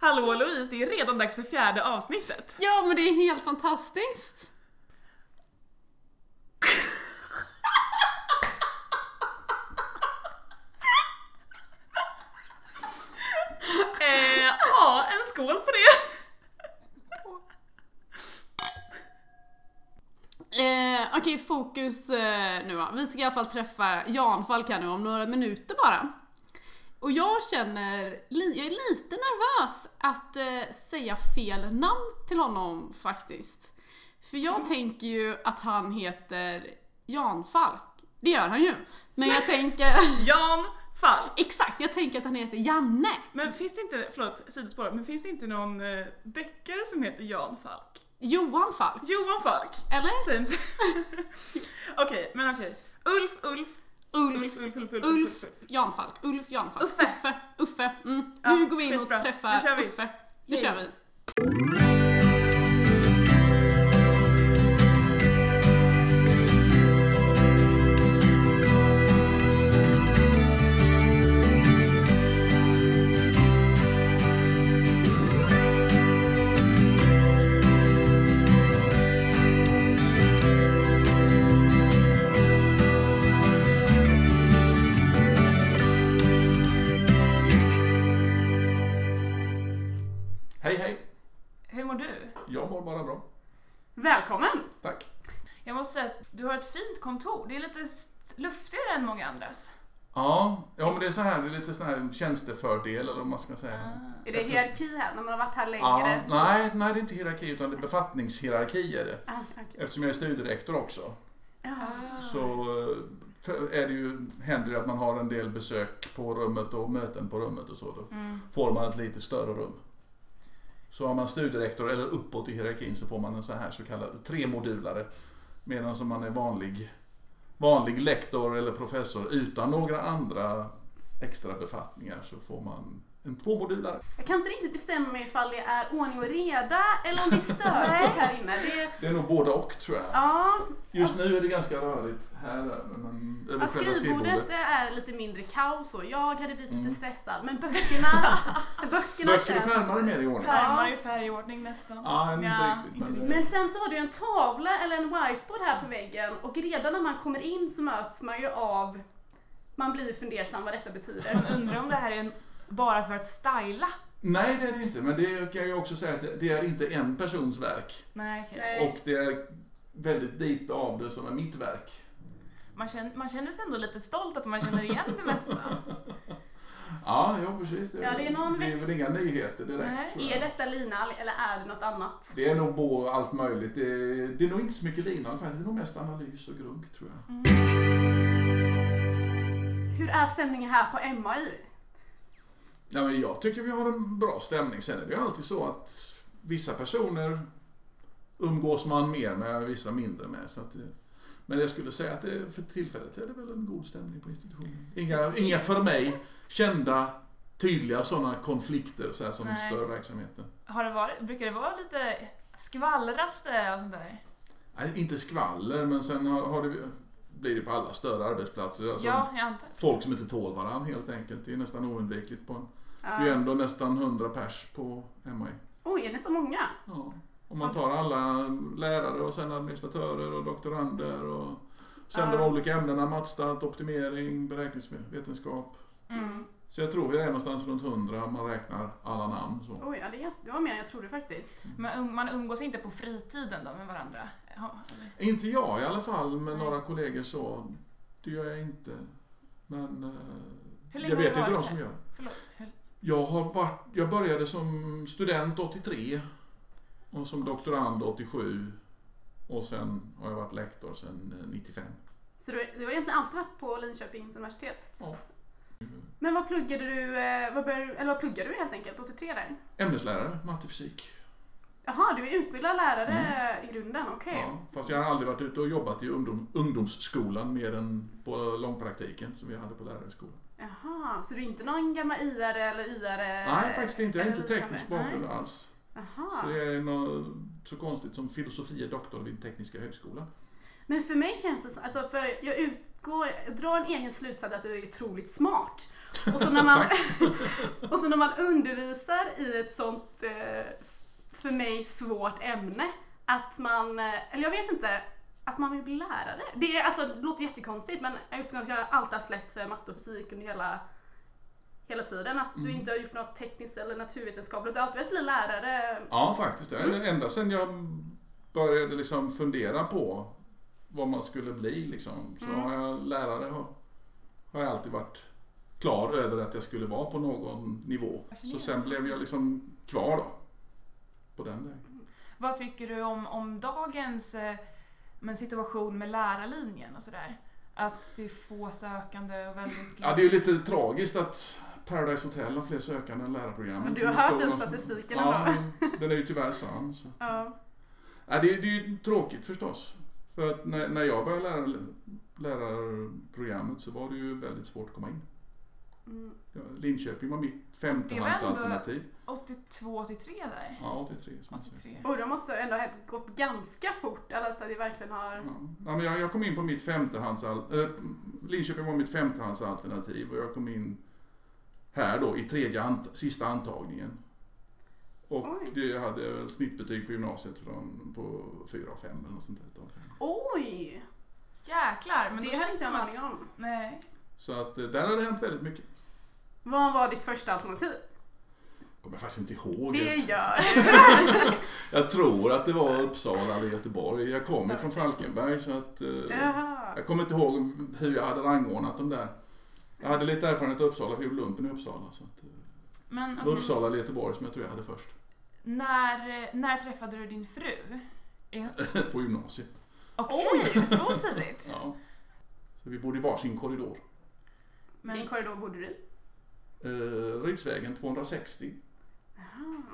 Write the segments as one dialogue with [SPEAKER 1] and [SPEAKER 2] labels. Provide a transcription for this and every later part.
[SPEAKER 1] Hallå Louise, det är redan dags för fjärde avsnittet.
[SPEAKER 2] Ja, men det är helt fantastiskt!
[SPEAKER 1] Eh, ja, en skål på det.
[SPEAKER 2] Eh, Okej, fokus eh, nu va. Vi ska i alla fall träffa Jan-Falk här nu om några minuter bara. Och jag känner, li- jag är lite nervös att eh, säga fel namn till honom faktiskt. För jag tänker ju att han heter Jan-Falk. Det gör han ju. Men jag tänker,
[SPEAKER 1] Jan Falk.
[SPEAKER 2] exakt, jag tänker att han heter Janne.
[SPEAKER 1] Men finns det inte, förlåt sidospår, men finns det inte någon eh, deckare som heter Jan Falk?
[SPEAKER 2] Johan Falk.
[SPEAKER 1] Johan Falk?
[SPEAKER 2] Eller?
[SPEAKER 1] Same, same. okej, men okej. Ulf, Ulf, Ulf,
[SPEAKER 2] Ulf.
[SPEAKER 1] Ulf, Ulf, Ulf,
[SPEAKER 2] Ulf Janfalk. Ulf Janfalk.
[SPEAKER 1] Uffe.
[SPEAKER 2] Uffe. Uffe. Mm.
[SPEAKER 1] Ja,
[SPEAKER 2] nu går vi in och
[SPEAKER 1] skitbra. Nu kör
[SPEAKER 2] träffar
[SPEAKER 1] vi.
[SPEAKER 2] Uffe. Nu
[SPEAKER 1] Hej.
[SPEAKER 2] kör vi.
[SPEAKER 3] Hej hej!
[SPEAKER 1] Hur mår du?
[SPEAKER 3] Jag mår bara bra.
[SPEAKER 1] Välkommen!
[SPEAKER 3] Tack.
[SPEAKER 1] Jag måste säga att du har ett fint kontor. Det är lite s- luftigare än många andras.
[SPEAKER 3] Ja, ja men det är så här, det är lite så här tjänstefördelar om man ska säga.
[SPEAKER 2] Är
[SPEAKER 3] det
[SPEAKER 2] hierarki här? När man har varit
[SPEAKER 4] Ah,
[SPEAKER 2] här
[SPEAKER 3] Ja, nej, nej, det är inte hierarki utan det är befattningshierarki är det.
[SPEAKER 4] Ah,
[SPEAKER 3] Eftersom jag är studierektor också
[SPEAKER 1] Ah.
[SPEAKER 3] så eh, för- är det ju, händer det att man har en del besök på rummet och möten på rummet och så. Då
[SPEAKER 1] Mm.
[SPEAKER 3] får man ett lite större rum. Så har man studierektor eller uppåt i hierarkin så får man en så här så kallad tremodulare. Medan som man är vanlig, vanlig lektor eller professor utan några andra extra befattningar så får man en tvåmodulare.
[SPEAKER 4] Jag kan inte riktigt bestämma mig ifall det är ordning och reda eller om det är störigt här inne. Det är,
[SPEAKER 3] Det är nog både och tror jag.
[SPEAKER 4] ja,
[SPEAKER 3] Just nu är det ganska rörigt här över, men, över
[SPEAKER 4] ja,
[SPEAKER 3] själva skrivbordet.
[SPEAKER 4] skrivbordet det är lite mindre kaos och jag hade blivit
[SPEAKER 3] Mm.
[SPEAKER 4] lite stressad. Men böckerna, böckerna
[SPEAKER 3] Böcker och
[SPEAKER 4] känns-
[SPEAKER 3] pärmar är mer i ordning.
[SPEAKER 1] Pärmar i färgordning nästan.
[SPEAKER 3] Ja, inte
[SPEAKER 1] Nja,
[SPEAKER 3] riktigt. Men,
[SPEAKER 4] Men sen så har du en tavla eller en whiteboard här på väggen och redan när man kommer in så möts man ju av man blir fundersam vad detta betyder.
[SPEAKER 1] Men undrar om det här är en, bara för att styla?
[SPEAKER 3] Nej, det är det inte. Men det kan jag också säga att det- det är inte en persons verk.
[SPEAKER 1] Nej, okej.
[SPEAKER 4] Nej.
[SPEAKER 3] Och det är väldigt lite av det som är mitt verk.
[SPEAKER 1] Man, känner, man känner sig ändå lite stolt att man känner igen det mesta.
[SPEAKER 3] Ja, jo, precis. Det,
[SPEAKER 4] Ja, det är någon
[SPEAKER 3] det är väl inga nyheter
[SPEAKER 1] Nej.
[SPEAKER 3] direkt. tror jag.
[SPEAKER 4] Är detta lina eller är det något annat?
[SPEAKER 3] Det är nog både allt möjligt. Det är, det är nog inte så mycket linan faktiskt. Det är nog mest analys och grunk tror jag.
[SPEAKER 4] Hur är stämningen här på MAI?
[SPEAKER 3] Ja, men jag tycker vi har en bra stämning. Sen är det ju alltid så att vissa personer umgås man mer med, vissa mindre med. Så att, det- men jag skulle säga att det, för tillfället är det väl en god stämning på institutionen. Inga, inga för mig kända, tydliga sådana konflikter så här, som
[SPEAKER 1] Nej.
[SPEAKER 3] stör verksamheten.
[SPEAKER 1] Har det varit, brukar det vara lite skvallraste och sånt där?
[SPEAKER 3] Nej, inte skvaller, men sen har, har det, blir det på alla större arbetsplatser. Alltså,
[SPEAKER 1] Ja, jag antar.
[SPEAKER 3] Folk som inte tål varandra helt enkelt. Det är nästan oundvikligt. På en,
[SPEAKER 4] Ja.
[SPEAKER 3] Vi är ändå nästan 100 pers på MI.
[SPEAKER 4] Ehm, Oj, är det så många?
[SPEAKER 3] Ja. Om man tar alla lärare och sen administratörer och doktorander och sen de
[SPEAKER 4] Ja.
[SPEAKER 3] olika ämnena, matstat, optimering, beräkningsvetenskap.
[SPEAKER 1] Mm.
[SPEAKER 3] Så jag tror vi är någonstans runt 100 om man räknar alla namn. Så.
[SPEAKER 4] Oj, ja, det, är ganska- det var mer än jag trodde faktiskt.
[SPEAKER 1] Men um, man umgås inte på fritiden då med varandra? Ja, eller?
[SPEAKER 3] Inte jag i alla fall, men
[SPEAKER 1] Nej.
[SPEAKER 3] några kollegor så. Det gör jag inte. Men eh,
[SPEAKER 1] Hur länge
[SPEAKER 3] jag
[SPEAKER 1] har
[SPEAKER 3] vet
[SPEAKER 1] du
[SPEAKER 3] inte de
[SPEAKER 1] varit
[SPEAKER 3] som
[SPEAKER 1] här?
[SPEAKER 3] gör det.
[SPEAKER 1] Förlåt. hur-
[SPEAKER 3] Jag, har varit, jag började som student 83 och som doktorand 87 och sen har jag varit lektor sedan eh, 95.
[SPEAKER 4] Så du, du har egentligen alltid varit på Linköpings universitet?
[SPEAKER 3] Ja.
[SPEAKER 4] Men vad pluggade du, eh, vad började, du- eller vad pluggade du helt enkelt, 83 där?
[SPEAKER 3] Ämneslärare, matte, fysik.
[SPEAKER 4] Jaha, du är utbildad lärare i grunden, okej.
[SPEAKER 3] Ja, fast jag har aldrig varit ute och jobbat i ungdom, ungdomsskolan mer än på långpraktiken som vi hade på lärarhögskolan.
[SPEAKER 4] Jaha, så du är inte någon gammal IR eller IR?
[SPEAKER 3] Nej, faktiskt inte. Jag är
[SPEAKER 4] Eh, eller
[SPEAKER 3] inte
[SPEAKER 4] liknande?
[SPEAKER 3] teknisk bakgrund alls. Så
[SPEAKER 4] Jaha.
[SPEAKER 3] det är något så konstigt som filosofie doktor vid Tekniska högskolan.
[SPEAKER 4] Men för mig känns det som, alltså för jag utgår, jag drar en egen slutsats att du är otroligt smart. Och så när man, och så när man undervisar i ett sånt eh, för mig svårt ämne att man, eh, eller jag vet inte, att man vill bli lärare. Det är, alltså, det låter jättekonstigt men jag utgår från att jag har alltid haft lätt för matte och fysik under hela, hela tiden. Att du inte har gjort något tekniskt eller naturvetenskapligt. Du har alltid velat bli lärare.
[SPEAKER 3] Ja, faktiskt.
[SPEAKER 4] Mm.
[SPEAKER 3] Eller Ända sedan jag började liksom fundera på vad man skulle bli liksom, så
[SPEAKER 4] Mm.
[SPEAKER 3] har jag lärare har, har jag alltid varit klar över att jag skulle vara på någon nivå. Så sen blev jag liksom kvar då. På den
[SPEAKER 4] Mm.
[SPEAKER 3] vägen.
[SPEAKER 1] Vad tycker du om, om dagens eh, men situation med lärarlinjen och sådär? Att det är få sökande och väldigt...
[SPEAKER 3] Ja, det är ju lite tragiskt att Paradise Hotel har fler sökande än lärarprogrammen.
[SPEAKER 4] Men du
[SPEAKER 3] Så
[SPEAKER 4] har
[SPEAKER 3] nu
[SPEAKER 4] hört
[SPEAKER 3] står
[SPEAKER 4] den
[SPEAKER 3] man-
[SPEAKER 4] statistiken
[SPEAKER 3] Ja, den är ju tyvärr sann. Så.
[SPEAKER 4] Ja.
[SPEAKER 3] Ja, det, är- det är ju tråkigt förstås. För att när, när jag började lära, lärarprogrammet så var det ju väldigt svårt att komma in.
[SPEAKER 4] Mm.
[SPEAKER 3] Ja, Linköping var mitt femtehandsalternativ.
[SPEAKER 1] 82-83 där?
[SPEAKER 3] Ja, 83 som jag säger.
[SPEAKER 1] 83.
[SPEAKER 4] Och det måste ändå ha gått ganska fort. Eller så att det verkligen har...
[SPEAKER 3] Ja. Ja, men jag, jag kom in på mitt femtehandsalternativ. Äh, Linköping var mitt femtehandsalternativ och jag kom in här då i tredje ant- sista antagningen. Och
[SPEAKER 4] Oj.
[SPEAKER 3] det, jag hade väl snittbetyg på gymnasiet från, på 4 av 5 eller något sånt där. utav fem.
[SPEAKER 4] Oj!
[SPEAKER 1] Jäklar! Men
[SPEAKER 4] det
[SPEAKER 1] det
[SPEAKER 4] hade
[SPEAKER 1] känns
[SPEAKER 4] inte jag
[SPEAKER 1] som
[SPEAKER 4] en
[SPEAKER 1] att...
[SPEAKER 4] aning om.
[SPEAKER 1] Nej.
[SPEAKER 3] Så att eh, där har det hänt väldigt mycket.
[SPEAKER 4] Vad var ditt första alternativ?
[SPEAKER 3] Kommer jag faktiskt inte ihåg.
[SPEAKER 4] Det gör
[SPEAKER 3] Jag tror att det var Uppsala eller Göteborg. Jag kommer ju från Falkenberg så att... eh,
[SPEAKER 4] Jaha.
[SPEAKER 3] Jag kommer inte ihåg hur jag hade rangordnat dem där. Jag hade lite erfarenhet av Uppsala, för jag gjorde lumpen i Uppsala. Så att, eh,
[SPEAKER 1] Men
[SPEAKER 3] det var
[SPEAKER 1] okej.
[SPEAKER 3] Uppsala eller Göteborg som jag tror jag hade först.
[SPEAKER 1] När, eh, när träffade du din fru? Ja.
[SPEAKER 3] På gymnasiet.
[SPEAKER 1] Okej, så tidigt?
[SPEAKER 3] Ja. Så vi bodde i varsin korridor.
[SPEAKER 4] Vilken
[SPEAKER 1] Men,
[SPEAKER 4] korridor bodde du i?
[SPEAKER 3] Eh, Riksvägen 260.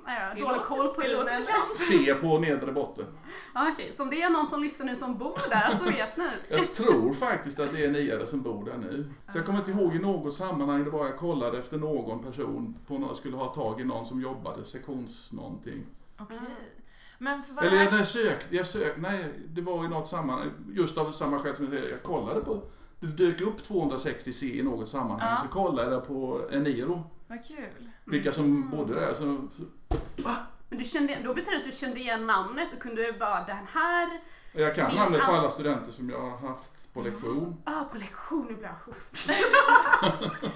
[SPEAKER 4] Ah, ja,
[SPEAKER 1] Det
[SPEAKER 4] dålig
[SPEAKER 1] låter-
[SPEAKER 4] koll på
[SPEAKER 1] det låter
[SPEAKER 4] Elin.
[SPEAKER 3] C på nedre botten.
[SPEAKER 4] Ah, Okej, så om det är någon som lyssnar nu som bor där så vet ni.
[SPEAKER 3] Jag tror faktiskt att det är niare som bor där nu. Så jag kommer inte ihåg i något sammanhang, det var jag kollade efter någon person, på någon, skulle ha tag i någon som jobbade sektions någonting.
[SPEAKER 1] okej. Men för vad
[SPEAKER 3] Eller
[SPEAKER 1] är...
[SPEAKER 3] jag sökte, jag sökte, nej det var i något sammanhang, just av samma skäl som jag säger, jag kollade på, det dök upp 260C i något sammanhang,
[SPEAKER 1] Ja.
[SPEAKER 3] så kollade jag på Eniro,
[SPEAKER 1] Vad kul.
[SPEAKER 3] vilka
[SPEAKER 4] Mm.
[SPEAKER 3] som bodde där. Så,
[SPEAKER 4] Men du kände, då betyder det att du kände igen namnet och kunde bara den här,
[SPEAKER 3] och jag kan
[SPEAKER 4] Finns
[SPEAKER 3] namnet på
[SPEAKER 4] all-
[SPEAKER 3] alla studenter som jag har haft på lektion.
[SPEAKER 4] ah på lektion, nu blir jag chockad.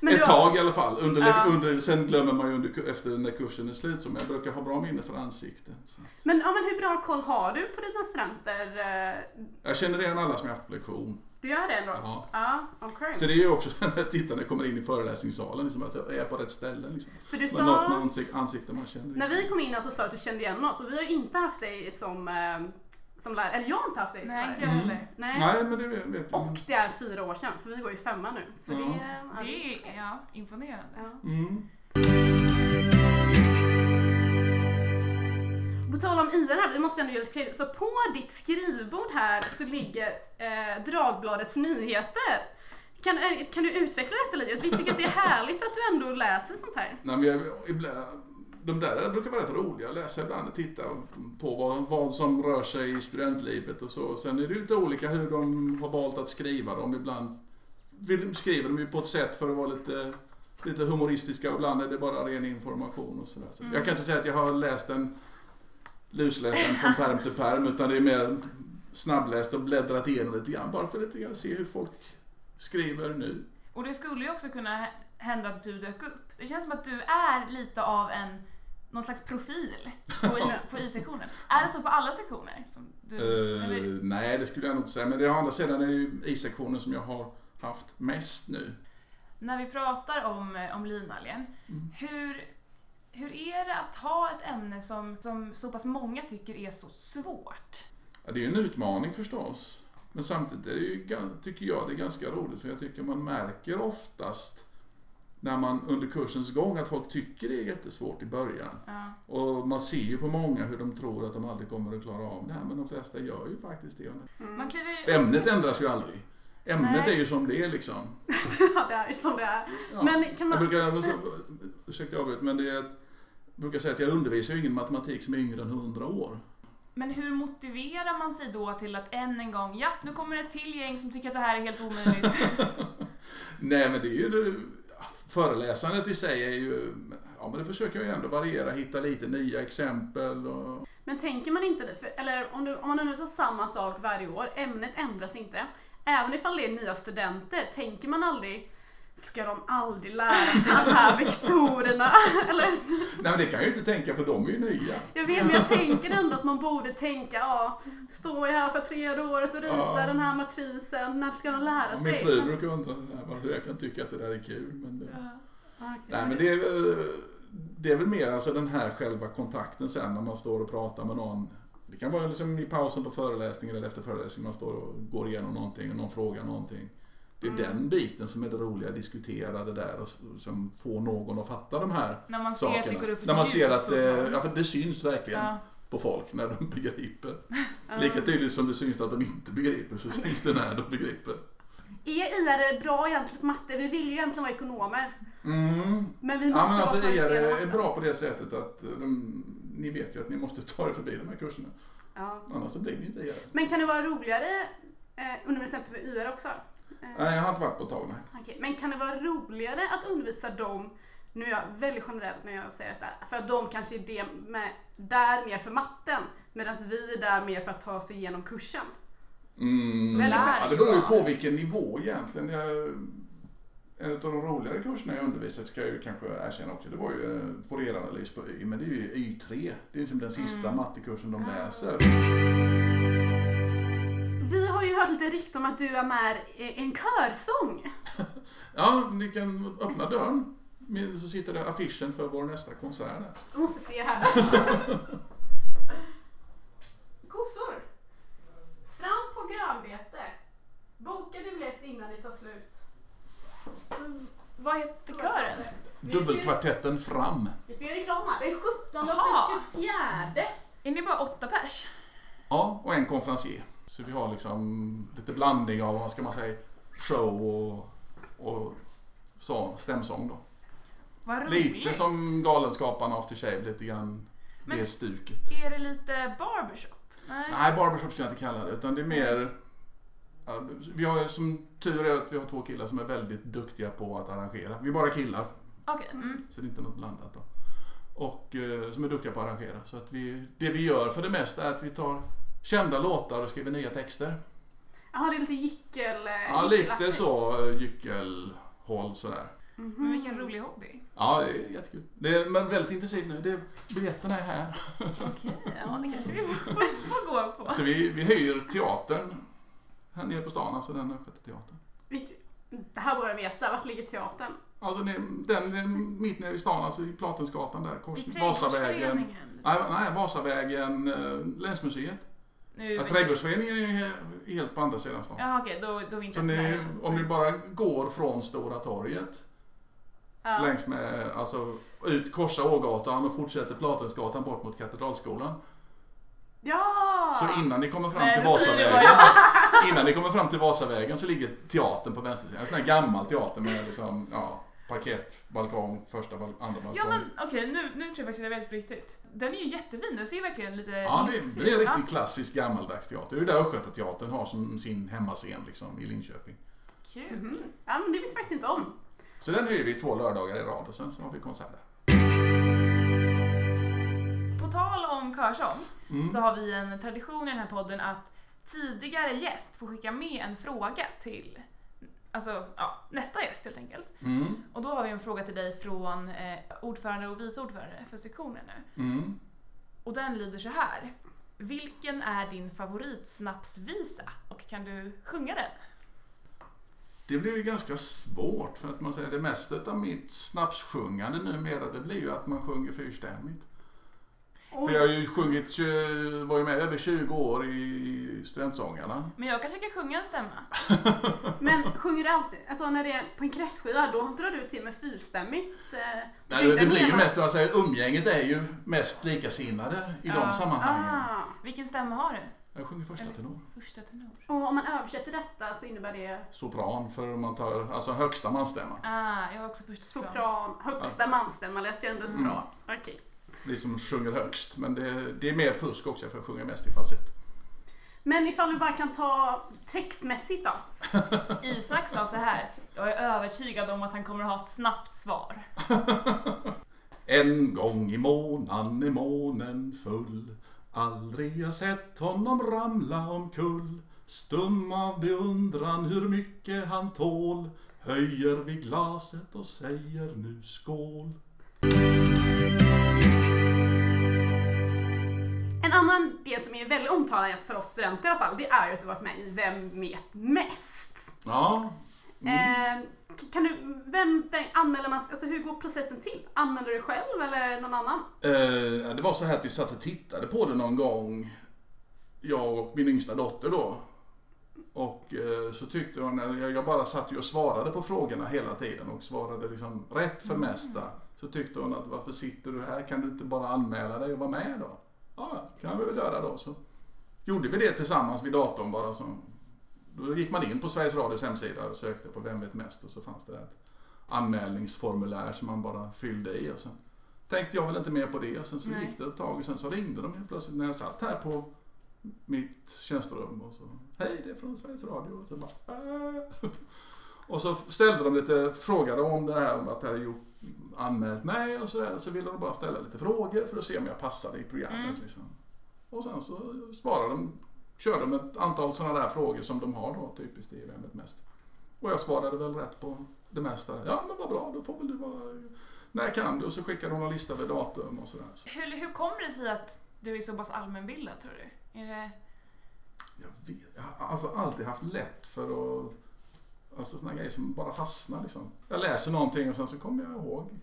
[SPEAKER 4] Men
[SPEAKER 3] Ett
[SPEAKER 4] du,
[SPEAKER 3] tag i alla fall, under,
[SPEAKER 4] Ja.
[SPEAKER 3] under, sen glömmer man ju under, efter när kursen är slut, så, men jag brukar ha bra minne för ansikten. Så.
[SPEAKER 4] men, ja, men hur bra koll har du på dina studenter? Eh,
[SPEAKER 3] Jag känner igen alla som jag haft på lektion.
[SPEAKER 4] Du gör det ändå?
[SPEAKER 3] Ja.
[SPEAKER 4] Ja, okej.
[SPEAKER 3] Så det är ju också så när tittarna kommer in i föreläsningssalen, liksom, att jag är på rätt ställe. Liksom.
[SPEAKER 4] För du
[SPEAKER 3] Men något med
[SPEAKER 4] sa,
[SPEAKER 3] ansik- ansikte man känner.
[SPEAKER 4] när vi kom in här så sa du att du kände igen oss och vi har inte haft dig som, eh, som lärare, eller jag har inte haft dig som
[SPEAKER 1] Nej, inte
[SPEAKER 4] lärare.
[SPEAKER 3] Mm.
[SPEAKER 1] jag heller.
[SPEAKER 4] Nej.
[SPEAKER 3] Nej, men det vet jag.
[SPEAKER 4] Och det är fyra år sedan, för vi går i femma nu. Så
[SPEAKER 3] Ja.
[SPEAKER 4] det, är- ja,
[SPEAKER 1] Det är ja, imponerande.
[SPEAKER 4] Ja.
[SPEAKER 3] Mm.
[SPEAKER 4] På tal om IR här, vi måste ändå göra lite credit. Så på ditt skrivbord här så ligger eh, Dragbladets nyheter. Kan, eh, kan du utveckla detta lite? Vi tycker att det är härligt att du ändå läser sånt här.
[SPEAKER 3] Nej, men jag, ibland, de där brukar vara rätt roliga att läsa ibland och titta på vad, vad som rör sig i studentlivet och så. Sen är det ju lite olika hur de har valt att skriva dem. Ibland vill, skriver de ju på ett sätt för att vara lite, lite humoristiska och ibland är det bara ren information och sådär. Så
[SPEAKER 4] Mm.
[SPEAKER 3] Jag kan inte säga att jag har läst en lusläst den från pärm till pärm utan det är mer snabbläst och bläddrat igenom lite grann bara för lite grann se hur folk skriver nu.
[SPEAKER 1] Och det skulle ju också kunna hända att du dök upp. Det känns som att du är lite av en någon slags profil på, i, på I-sektionen. Är det så på alla sektioner? Som du,
[SPEAKER 3] Eh,
[SPEAKER 1] eller-
[SPEAKER 3] nej, det skulle jag nog inte säga. Men det å andra sidan är ju I-sektionen som jag har haft mest nu.
[SPEAKER 1] När vi pratar om, eh, om linalgen,
[SPEAKER 3] Mm.
[SPEAKER 1] hur, hur är det att ha ett ämne som, som så pass många tycker är så svårt?
[SPEAKER 3] Ja, det är ju en utmaning förstås. Men samtidigt är det ju, gan- tycker jag det är ganska roligt för jag tycker man märker oftast när man under kursens gång att folk tycker det är jättesvårt i början.
[SPEAKER 1] Ja.
[SPEAKER 3] Och man ser ju på många hur de tror att de aldrig kommer att klara av det här men de flesta gör ju faktiskt det.
[SPEAKER 1] Man kliver,
[SPEAKER 3] Ämnet ändras ju aldrig. Ämnet
[SPEAKER 1] Nej.
[SPEAKER 3] är ju som det är liksom.
[SPEAKER 4] Ja, det är som det är.
[SPEAKER 3] Ja.
[SPEAKER 4] Men kan man...
[SPEAKER 3] Jag brukar, ursäkta jag avbryter, men det är att, jag brukar säga att jag undervisar ju ingen matematik som är yngre än 100 år.
[SPEAKER 1] men hur motiverar man sig då till att än en gång, ja nu kommer ett till gäng som tycker att det här är helt omöjligt.
[SPEAKER 3] Nej, men det är ju det, föreläsandet i sig är ju, ja men det försöker jag ju ändå variera, hitta lite nya exempel och...
[SPEAKER 4] Men tänker man inte det, för, eller om, du, om man undervisar samma sak varje år, ämnet ändras inte. Även ifall det är nya studenter, tänker man aldrig Ska de aldrig lära sig de här vektorerna? Eller,
[SPEAKER 3] Nej, men det kan jag ju inte tänka för de är ju nya.
[SPEAKER 4] jag vet, men jag tänker ändå att man borde tänka, ja, står jag här för tredje året och ritar
[SPEAKER 3] Ja.
[SPEAKER 4] den här matrisen, när ska de lära sig?
[SPEAKER 3] Min fru brukar undra "Nej, hur jag kan tycka att det där är kul. Men det...
[SPEAKER 4] Ja,
[SPEAKER 3] Nej, men det är, väl- det är väl mer alltså den här själva kontakten sen när man står och pratar med någon. Det kan vara liksom i pausen på föreläsningen eller efter föreläsningen man står och går igenom någonting och någon frågar någonting. Det är
[SPEAKER 1] Mm.
[SPEAKER 3] den biten som är det roliga, att diskutera det där och s- som får någon att fatta de här
[SPEAKER 1] När man ser att det
[SPEAKER 3] sakerna.
[SPEAKER 1] går upp ett
[SPEAKER 3] När man
[SPEAKER 1] ljus
[SPEAKER 3] ser
[SPEAKER 1] och
[SPEAKER 3] att
[SPEAKER 1] så.
[SPEAKER 3] det, ja, för det syns verkligen
[SPEAKER 1] Ja.
[SPEAKER 3] på folk när de begriper. Lika tydligt som det syns att de inte begriper så syns det när de begriper.
[SPEAKER 4] Är IR bra egentligen på matte? Vi vill ju egentligen vara ekonomer.
[SPEAKER 3] Mm,
[SPEAKER 4] Men vi måste
[SPEAKER 3] Ja, men alltså
[SPEAKER 4] vara
[SPEAKER 3] er
[SPEAKER 4] kvalificerade.
[SPEAKER 3] är bra på det sättet att eh, de, ni vet ju att ni måste ta er förbi de här kurserna.
[SPEAKER 4] Ja.
[SPEAKER 3] Annars så blir ni inte er.
[SPEAKER 4] Men kan det vara roligare, eh, undervisa för IR också? Eh,
[SPEAKER 3] Nej, jag har inte varit på ett tag. Nej.
[SPEAKER 4] Okej, Men kan det vara roligare att undervisa dem, nu är jag väldigt generellt när jag säger detta, för att de kanske är det med, där mer för matten, medan vi är där mer för att ta sig igenom kursen. Så
[SPEAKER 3] Mm.
[SPEAKER 4] väl är
[SPEAKER 3] Ja, det
[SPEAKER 4] det
[SPEAKER 3] beror ju
[SPEAKER 4] bra.
[SPEAKER 3] på vilken nivå egentligen. Jag, en av de roligare kurserna jag undervisat ska jag ju kanske erkänna också, det var ju eh, Fourieranalys på Y, men det är ju Y3. Det är liksom den sista
[SPEAKER 4] Mm.
[SPEAKER 3] mattekursen
[SPEAKER 4] Ah.
[SPEAKER 3] de läser.
[SPEAKER 4] Vi har ju hört lite rykte om att du är med i en körsång.
[SPEAKER 3] Ja, ni kan öppna dörren. Men Så sitter det affischen för vår nästa konsert där.
[SPEAKER 4] Jag måste se här. Kossor! Fram på grönbete. Boka biljett innan det tar slut.
[SPEAKER 1] Vad heter kören?
[SPEAKER 3] Dubbelkvartetten fram.
[SPEAKER 4] Vi får göra reklam här. Den 17 och
[SPEAKER 1] Jaha.
[SPEAKER 4] den 24.
[SPEAKER 1] Är ni bara åtta pers?
[SPEAKER 3] Ja, och en konferencier. Så vi har liksom lite blandning av, vad ska man säga, show och, och så, stämsång då.
[SPEAKER 1] Vad roligt.
[SPEAKER 3] Lite som Galenskaparna After Shave, lite grann det
[SPEAKER 1] Men-
[SPEAKER 3] stuket.
[SPEAKER 1] Är det lite barbershop? Nej.
[SPEAKER 3] Nej, barbershop skulle jag inte kalla det, utan det är mer... ja, Vi har ju som tur är att vi har två killar som är väldigt duktiga på att arrangera. Vi är bara killar,
[SPEAKER 1] Okej. Mm.
[SPEAKER 3] så det är inte något blandat då. Och eh, som är duktiga på att arrangera. Så att vi, det vi gör för det mesta är att vi tar kända låtar och skriver nya texter.
[SPEAKER 4] Jaha, det är lite eh, gyckel...
[SPEAKER 3] Ja, lite så eh, gyckelhåll sådär.
[SPEAKER 4] Mhm.
[SPEAKER 1] Men vilken rolig hobby.
[SPEAKER 3] Ja, det är jättekul. Det är, men väldigt intensivt nu. Det, biljetterna är här.
[SPEAKER 1] Okej, ja det kanske vi får, får gå på.
[SPEAKER 3] Så vi, vi hyr teatern här nere på stan, alltså den Östgötateatern.
[SPEAKER 4] Det här borde jag veta. Vart ligger teatern?
[SPEAKER 3] Alltså den, den är mitt nere i stan, alltså i Platensgatan där, kors,
[SPEAKER 1] I
[SPEAKER 3] Vasavägen.
[SPEAKER 1] trädgårdsföreningen.
[SPEAKER 3] Nej, nej, Vasavägen, eh, Länsmuseet.
[SPEAKER 1] Nu,
[SPEAKER 3] Ja, trädgårdsföreningen är he- helt på andra sidan stan.
[SPEAKER 1] Jaha okej, då, då är vi inte
[SPEAKER 3] Så
[SPEAKER 1] ens
[SPEAKER 3] ni,
[SPEAKER 1] nära.
[SPEAKER 3] om ni bara går från Stora torget längs med, alltså ut, korsa Ågatan och fortsätter Platensgatan bort mot Katedralskolan.
[SPEAKER 4] Ja!
[SPEAKER 3] Så innan ni kommer fram
[SPEAKER 1] Nej,
[SPEAKER 3] till
[SPEAKER 1] det säger du
[SPEAKER 3] Vasavägen, innan ni kommer fram till Vasavägen så ligger teatern på vänstersidan. En sån här gammal teater med liksom, ja, parkett, balkong, första, bal- andra balkong.
[SPEAKER 1] Ja men okej, nu, nu tror jag faktiskt att jag vet på riktigt. Den är ju jättefin, den ser ju verkligen lite
[SPEAKER 3] Ja,
[SPEAKER 1] lyxig
[SPEAKER 3] det,
[SPEAKER 1] ut.
[SPEAKER 3] det är riktigt klassisk gammaldags teater. Det är ju där Östgötateatern har som sin hemmascen liksom, i Linköping.
[SPEAKER 1] Ja, kul.
[SPEAKER 4] Mhm. Ja, men det visste jag faktiskt inte om.
[SPEAKER 3] Så den hyr vi två lördagar i rad och sen så har vi konsert där.
[SPEAKER 1] På tal om körsång
[SPEAKER 3] Mm.
[SPEAKER 1] så har vi en tradition i den här podden att tidigare gäst får skicka med en fråga till alltså, ja, nästa gäst helt enkelt.
[SPEAKER 3] Mm,
[SPEAKER 1] Och då har vi en fråga till dig från eh, ordförande och vice ordförande för sektionen nu.
[SPEAKER 3] mm.
[SPEAKER 1] Och den lyder så här. Vilken är din favoritsnapsvisa? Och kan du sjunga den?
[SPEAKER 3] Det blir ju ganska svårt för att man säger det mesta av mitt snapssjungande numera det blir ju att man sjunger fyrstämmigt. För jag har ju sjungit, tju- var ju med över 20 år i Studentsångarna.
[SPEAKER 1] Men jag kanske kan sjunga en stämma?
[SPEAKER 4] Men sjunger du alltid, alltså när det är på en kräftskiva, då drar du till med fyrstämmigt? Eh,
[SPEAKER 3] Nej, det blir ju
[SPEAKER 4] menar-
[SPEAKER 3] mest, vad jag säger, umgänget är ju mest likasinnade i
[SPEAKER 1] Ja.
[SPEAKER 3] de sammanhangen.
[SPEAKER 4] Ah.
[SPEAKER 1] Vilken stämma har du?
[SPEAKER 3] Jag sjunger första tenor.
[SPEAKER 1] Första tenor.
[SPEAKER 4] Och om man översätter detta så innebär det
[SPEAKER 3] Sopran, för om man tar alltså högsta mansstämman.
[SPEAKER 1] Ah, jag har också första sopran.
[SPEAKER 4] sopran, högsta mansstämma, det kändes
[SPEAKER 3] Mm.
[SPEAKER 4] bra. Okej.
[SPEAKER 3] Det är som sjunger högst, men det, det är mer fusk också för jag sjunger mest i falsett.
[SPEAKER 4] Men ifall du bara kan ta textmässigt då?
[SPEAKER 1] Isak sa så här. Jag är övertygad om att han kommer att ha ett snabbt svar.
[SPEAKER 3] En gång i månaden är månen full Aldrig jag sett honom ramla omkull Stum av beundran hur mycket han tål Höjer vi glaset och säger nu skål
[SPEAKER 4] En annan del som är väldigt omtalad för oss studenter i alla fall, det är ju att du varit med i Vem vet mest?
[SPEAKER 3] Ja,
[SPEAKER 4] Eh, kan du, vem, vem anmäler man, alltså hur går processen till? Anmäler du dig själv eller någon annan?
[SPEAKER 3] Eh, det var så här att vi satt och tittade på det någon gång. Jag och min yngsta dotter då. Och eh, så tyckte hon, jag- jag bara satt ju och svarade på frågorna hela tiden och svarade liksom rätt för mesta. Så tyckte hon att varför sitter du här? Kan du inte bara anmäla dig och vara med då? Ja, ja, kan vi väl göra då. Så gjorde vi det tillsammans vid datorn bara. Så. Då gick man in på Sveriges Radios hemsida och sökte på Vem vet mest och så fanns det där ett anmälningsformulär som man bara fyllde i och sen tänkte jag väl inte mer på det. Och sen så
[SPEAKER 1] Nej.
[SPEAKER 3] gick det ett tag och sen så ringde de helt plötsligt när jag satt här på mitt tjänsterum och så Hej, det är från Sveriges Radio. Och så, bara, "Äh." och så ställde de lite, frågade om det här om att jag hade gjort, anmält mig och sådär. Så ville de bara ställa lite frågor för att se om jag passade i programmet.
[SPEAKER 1] Mm.
[SPEAKER 3] Liksom. Och sen så svarade de, körde de ett antal sådana där frågor som de har då typiskt i Vem vet mest. Och jag svarade väl rätt på det mesta. Ja men vad bra, då får väl du vara... När kan du? Och så skickade hon en lista över datum och sådär. Så
[SPEAKER 1] Hur, hur kommer det sig att du är så pass allmänbildad tror du? Är det...
[SPEAKER 3] jag, vet, jag har alltså alltid haft lätt för att... Alltså sådana grejer som bara fastnar liksom. Jag läser någonting och sen så kommer jag ihåg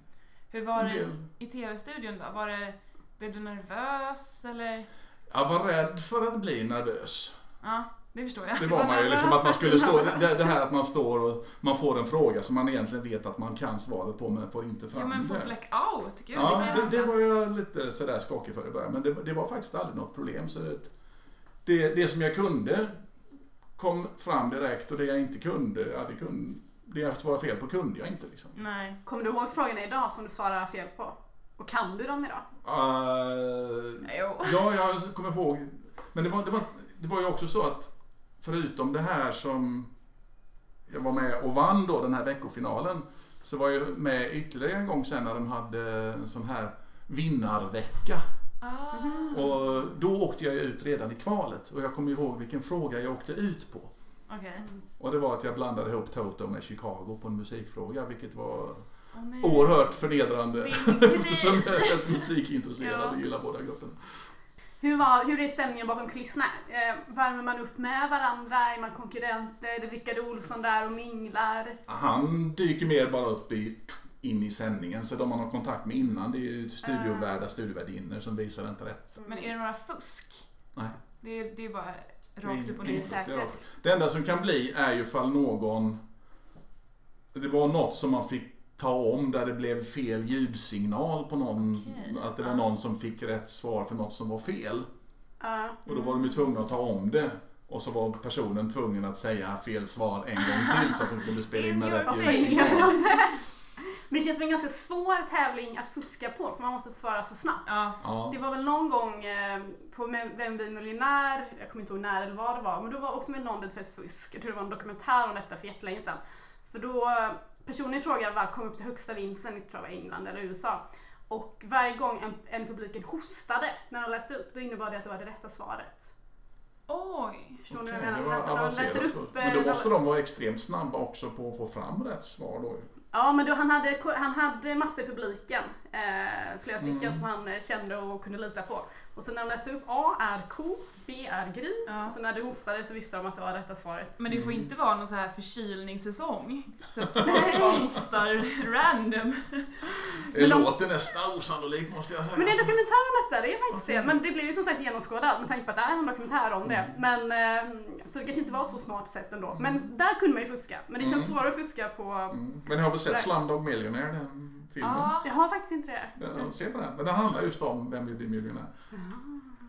[SPEAKER 1] Hur var
[SPEAKER 3] en
[SPEAKER 1] det
[SPEAKER 3] del.
[SPEAKER 1] i TV-studion då? Var det... Blev du nervös eller?
[SPEAKER 3] Jag var rädd för att bli nervös.
[SPEAKER 1] Ja, det förstår jag.
[SPEAKER 3] Det var man ju liksom att man skulle stå, det, det här att man står och man får en fråga som man egentligen vet att man kan svaret på men får inte
[SPEAKER 1] Jo
[SPEAKER 3] fram
[SPEAKER 1] men få
[SPEAKER 3] det.
[SPEAKER 1] blackout, gud
[SPEAKER 3] Ja,
[SPEAKER 1] vilken
[SPEAKER 3] det, det
[SPEAKER 1] jävla-
[SPEAKER 3] var jag lite sådär skakig för i början men det, det var faktiskt aldrig något problem. Så det, det, det som jag kunde kom fram direkt och det jag inte kunde, ja, det, kunde det jag var fel på kunde jag inte. Liksom.
[SPEAKER 1] Nej.
[SPEAKER 4] Kommer du ihåg frågorna idag som du svarade fel på? Och kan du dem idag?
[SPEAKER 3] Eh,
[SPEAKER 1] Jo.
[SPEAKER 3] Ja, jag kommer ihåg. Men det var, det, var, det var ju också så att förutom det här som jag var med och vann då, den här veckofinalen, så var jag med ytterligare en gång sen när de hade en sån här vinnarvecka.
[SPEAKER 1] Ah.
[SPEAKER 3] Och då åkte jag ju ut redan i kvalet och jag kommer ihåg vilken fråga jag åkte ut på.
[SPEAKER 1] Okej.
[SPEAKER 4] Mm.
[SPEAKER 3] Och det var att jag blandade ihop Toto med Chicago på en musikfråga, vilket var
[SPEAKER 1] Åh, nej.
[SPEAKER 3] oerhört förnedrande
[SPEAKER 1] Vilken
[SPEAKER 3] eftersom
[SPEAKER 1] grej.
[SPEAKER 3] jag är helt musikintresserad och
[SPEAKER 1] Ja.
[SPEAKER 3] gillar båda grupperna.
[SPEAKER 4] Hur, var, hur är stämningen bakom kulisserna? Eh, värmer man upp med varandra? Är man konkurrenter? Är det Rickard Olsson där och minglar?
[SPEAKER 3] Han dyker mer bara upp i, in i sändningen, så de man har kontakt med innan det är ju studiovärdar, studiovärdinnor som visar inte rätt.
[SPEAKER 1] Men
[SPEAKER 4] Mm.
[SPEAKER 1] är det några fusk?
[SPEAKER 3] Nej.
[SPEAKER 1] Det är, det är bara rakt upp och
[SPEAKER 4] Det är
[SPEAKER 1] ner.
[SPEAKER 4] säkert.
[SPEAKER 3] Det, är rakt. det enda som kan bli är ju fall någon... Det var något som man fick ta om där det blev fel ljudsignal på någon.
[SPEAKER 1] Okej.
[SPEAKER 3] Att det var någon som fick rätt svar för något som var fel.
[SPEAKER 4] Ja.
[SPEAKER 3] Och då var
[SPEAKER 4] Mm.
[SPEAKER 3] de ju tvungna att ta om det. Och så var personen tvungen att säga fel svar en gång till så att de kunde spela in med rätt ljudsignal.
[SPEAKER 4] Men det känns som en ganska svår tävling att fuska på för man måste svara så snabbt.
[SPEAKER 1] Ja.
[SPEAKER 3] Ja.
[SPEAKER 4] Det var väl någon gång eh, på Vem Vem blir miljonär, jag kommer inte ihåg när eller vad det var, men då var, åkte med någon dit för ett fusk. Jag tror det var en dokumentär om detta för jättelänge sedan. För då, eh, personen i fråga var- kom upp till högsta vinsten, jag tror det var England eller USA. Och varje gång en, en publiken hostade när de läste upp, då innebar det att det var det rätta svaret.
[SPEAKER 1] Oj.
[SPEAKER 4] Förstår ni
[SPEAKER 3] Okej,
[SPEAKER 4] vad jag
[SPEAKER 3] det
[SPEAKER 4] menar?
[SPEAKER 3] var
[SPEAKER 4] Alltså, de läser
[SPEAKER 3] avancerat.
[SPEAKER 4] upp,
[SPEAKER 3] Men
[SPEAKER 4] eh,
[SPEAKER 3] då måste de vara extremt snabba också på att få fram rätt svar då. ju.
[SPEAKER 4] Ja, men då, han, hade, han hade massor i publiken. Eh, flera stycken
[SPEAKER 3] Mm.
[SPEAKER 4] som han eh, kände och kunde lita på. Och så när han läste upp A är ko, B är gris.
[SPEAKER 1] Ja.
[SPEAKER 4] Så när det hostade så visste de att det var rätta svaret.
[SPEAKER 1] Men det får
[SPEAKER 3] Mm.
[SPEAKER 1] inte vara någon så här förkylningssäsong. Så att folk bara hostar random.
[SPEAKER 3] Det låter nästan osannolikt måste jag säga.
[SPEAKER 4] Men det är en dokumentär om detta, det är faktiskt
[SPEAKER 3] Okej.
[SPEAKER 4] det. Men det blev ju som sagt genomskådat med tanke på att det är en dokumentär om det. Men, eh, så det kanske inte var så smart sett ändå. Men där kunde man ju fuska. Men det känns
[SPEAKER 3] Mm.
[SPEAKER 4] svårare att fuska på...
[SPEAKER 3] Mm. Men ni har väl sett Slumdog Millionaire, den filmen?
[SPEAKER 1] Ja.
[SPEAKER 4] Jag har faktiskt inte det.
[SPEAKER 3] Den, se på den. Men den handlar
[SPEAKER 4] Ah.
[SPEAKER 3] just om Vem vill bli miljonär?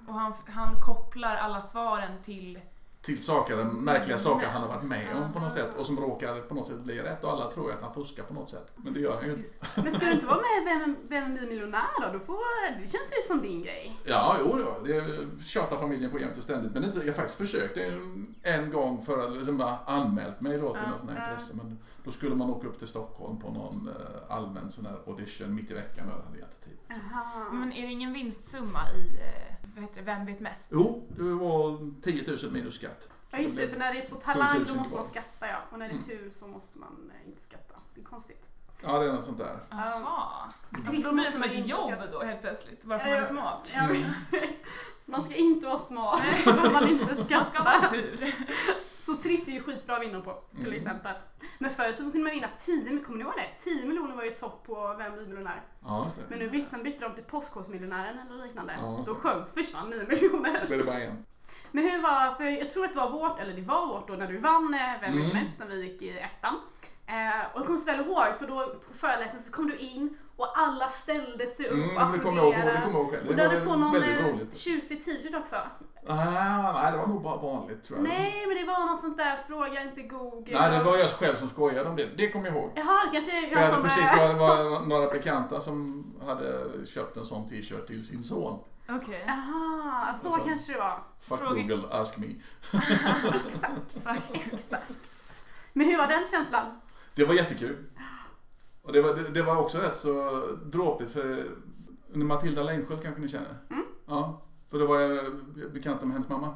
[SPEAKER 1] Och han, han kopplar alla svaren till
[SPEAKER 3] till saker,
[SPEAKER 4] Mm.
[SPEAKER 3] märkliga saker han har varit med om på
[SPEAKER 4] Ah.
[SPEAKER 3] något sätt och som råkar på något sätt bli rätt och alla tror ju att han fuskar på något sätt. Men det gör han ju inte.
[SPEAKER 4] Men ska du inte vara med i Vem, vem blir miljonär då? Du får, det känns ju som din grej.
[SPEAKER 3] Ja, jo, ja. det tjatar familjen på jämt och ständigt. Men det, är inte- jag faktiskt försökte en, en gång för att liksom bara anmält mig då till
[SPEAKER 4] Ja,
[SPEAKER 3] någon sån
[SPEAKER 4] ja.
[SPEAKER 3] här intresse. Men då skulle man åka upp till Stockholm på någon eh, allmän sån här audition mitt i veckan och jag hade jättetid.
[SPEAKER 4] Ah. Jaha.
[SPEAKER 1] Men är det ingen vinstsumma i eh, vad heter det, Vem vet mest?
[SPEAKER 3] Jo, det var 10 000 minus skatt.
[SPEAKER 4] Ja just det, för när det är på talang då
[SPEAKER 3] 7000
[SPEAKER 4] måste man
[SPEAKER 3] kvar.
[SPEAKER 4] skatta ja. Och när det är
[SPEAKER 3] Mm.
[SPEAKER 4] tur så måste man eh, inte skatta. Det är konstigt.
[SPEAKER 3] Ja, det är något sånt där.
[SPEAKER 1] Jaha.
[SPEAKER 4] Trist,
[SPEAKER 1] Alltså, då blir det
[SPEAKER 4] måste
[SPEAKER 1] som
[SPEAKER 4] man
[SPEAKER 1] ett
[SPEAKER 4] inte
[SPEAKER 1] jobb
[SPEAKER 4] skatta.
[SPEAKER 1] då helt plötsligt, bara för
[SPEAKER 4] Ja,
[SPEAKER 1] man är
[SPEAKER 4] ja.
[SPEAKER 1] smart.
[SPEAKER 4] Ja, men- så man ska inte vara smart om man inte
[SPEAKER 1] Man ska ha
[SPEAKER 4] skattar.
[SPEAKER 1] tur.
[SPEAKER 4] Så Triss är ju skitbra att vinna på till
[SPEAKER 3] Mm.
[SPEAKER 4] exempel. Men förr så kunde man vinna 10 miljoner, kommer ni ihåg det? 10 miljoner var ju topp på Vem blir miljonär?
[SPEAKER 3] Ja, just det.
[SPEAKER 4] Men nu bytte, sen bytte de till Postkodmiljonären eller liknande.
[SPEAKER 3] Ja, just
[SPEAKER 4] då
[SPEAKER 3] det.
[SPEAKER 4] sjönk, försvann 9 miljoner.
[SPEAKER 3] Då blev det bara en.
[SPEAKER 4] Men hur var, för jag tror att det var vårt, eller det var vårt då när du vann eh, Vem vet
[SPEAKER 3] Mm.
[SPEAKER 4] mest när vi gick i ettan. Eh, och jag kommer så väl ihåg för då på föreläsningen så kom du in och alla ställde sig upp och
[SPEAKER 3] Mm, det
[SPEAKER 4] applåderade.
[SPEAKER 3] kommer jag ihåg, det kommer jag ihåg själv.
[SPEAKER 4] och du
[SPEAKER 3] Det
[SPEAKER 4] hade på
[SPEAKER 3] var
[SPEAKER 4] någon
[SPEAKER 3] väldigt
[SPEAKER 4] eh,
[SPEAKER 3] roligt.
[SPEAKER 4] tjusig t-shirt också.
[SPEAKER 3] Ah, nej, det var nog bara vanligt tror jag.
[SPEAKER 4] Nej men det var någon sånt där fråga inte Google.
[SPEAKER 3] Nej, det var jag själv som skojade om det. Det kommer jag ihåg.
[SPEAKER 4] Jaha, kanske
[SPEAKER 3] För jag
[SPEAKER 4] jag
[SPEAKER 3] hade
[SPEAKER 4] som...
[SPEAKER 3] precis
[SPEAKER 4] eh,
[SPEAKER 3] det var några bekanta som hade köpt en sån t-shirt till sin son.
[SPEAKER 1] Okej.
[SPEAKER 4] Jaha, så
[SPEAKER 3] Och så-
[SPEAKER 4] kanske det var.
[SPEAKER 3] Fuck
[SPEAKER 1] Fråga-
[SPEAKER 3] Google, ask me.
[SPEAKER 4] Exakt, exakt. Men hur var den känslan?
[SPEAKER 3] Det var jättekul. Och det var, det, det var också rätt så dråpligt för Matilda Längskjöld kanske ni känner?
[SPEAKER 4] Mm.
[SPEAKER 3] Ja, för det var jag bekant med hennes mamma.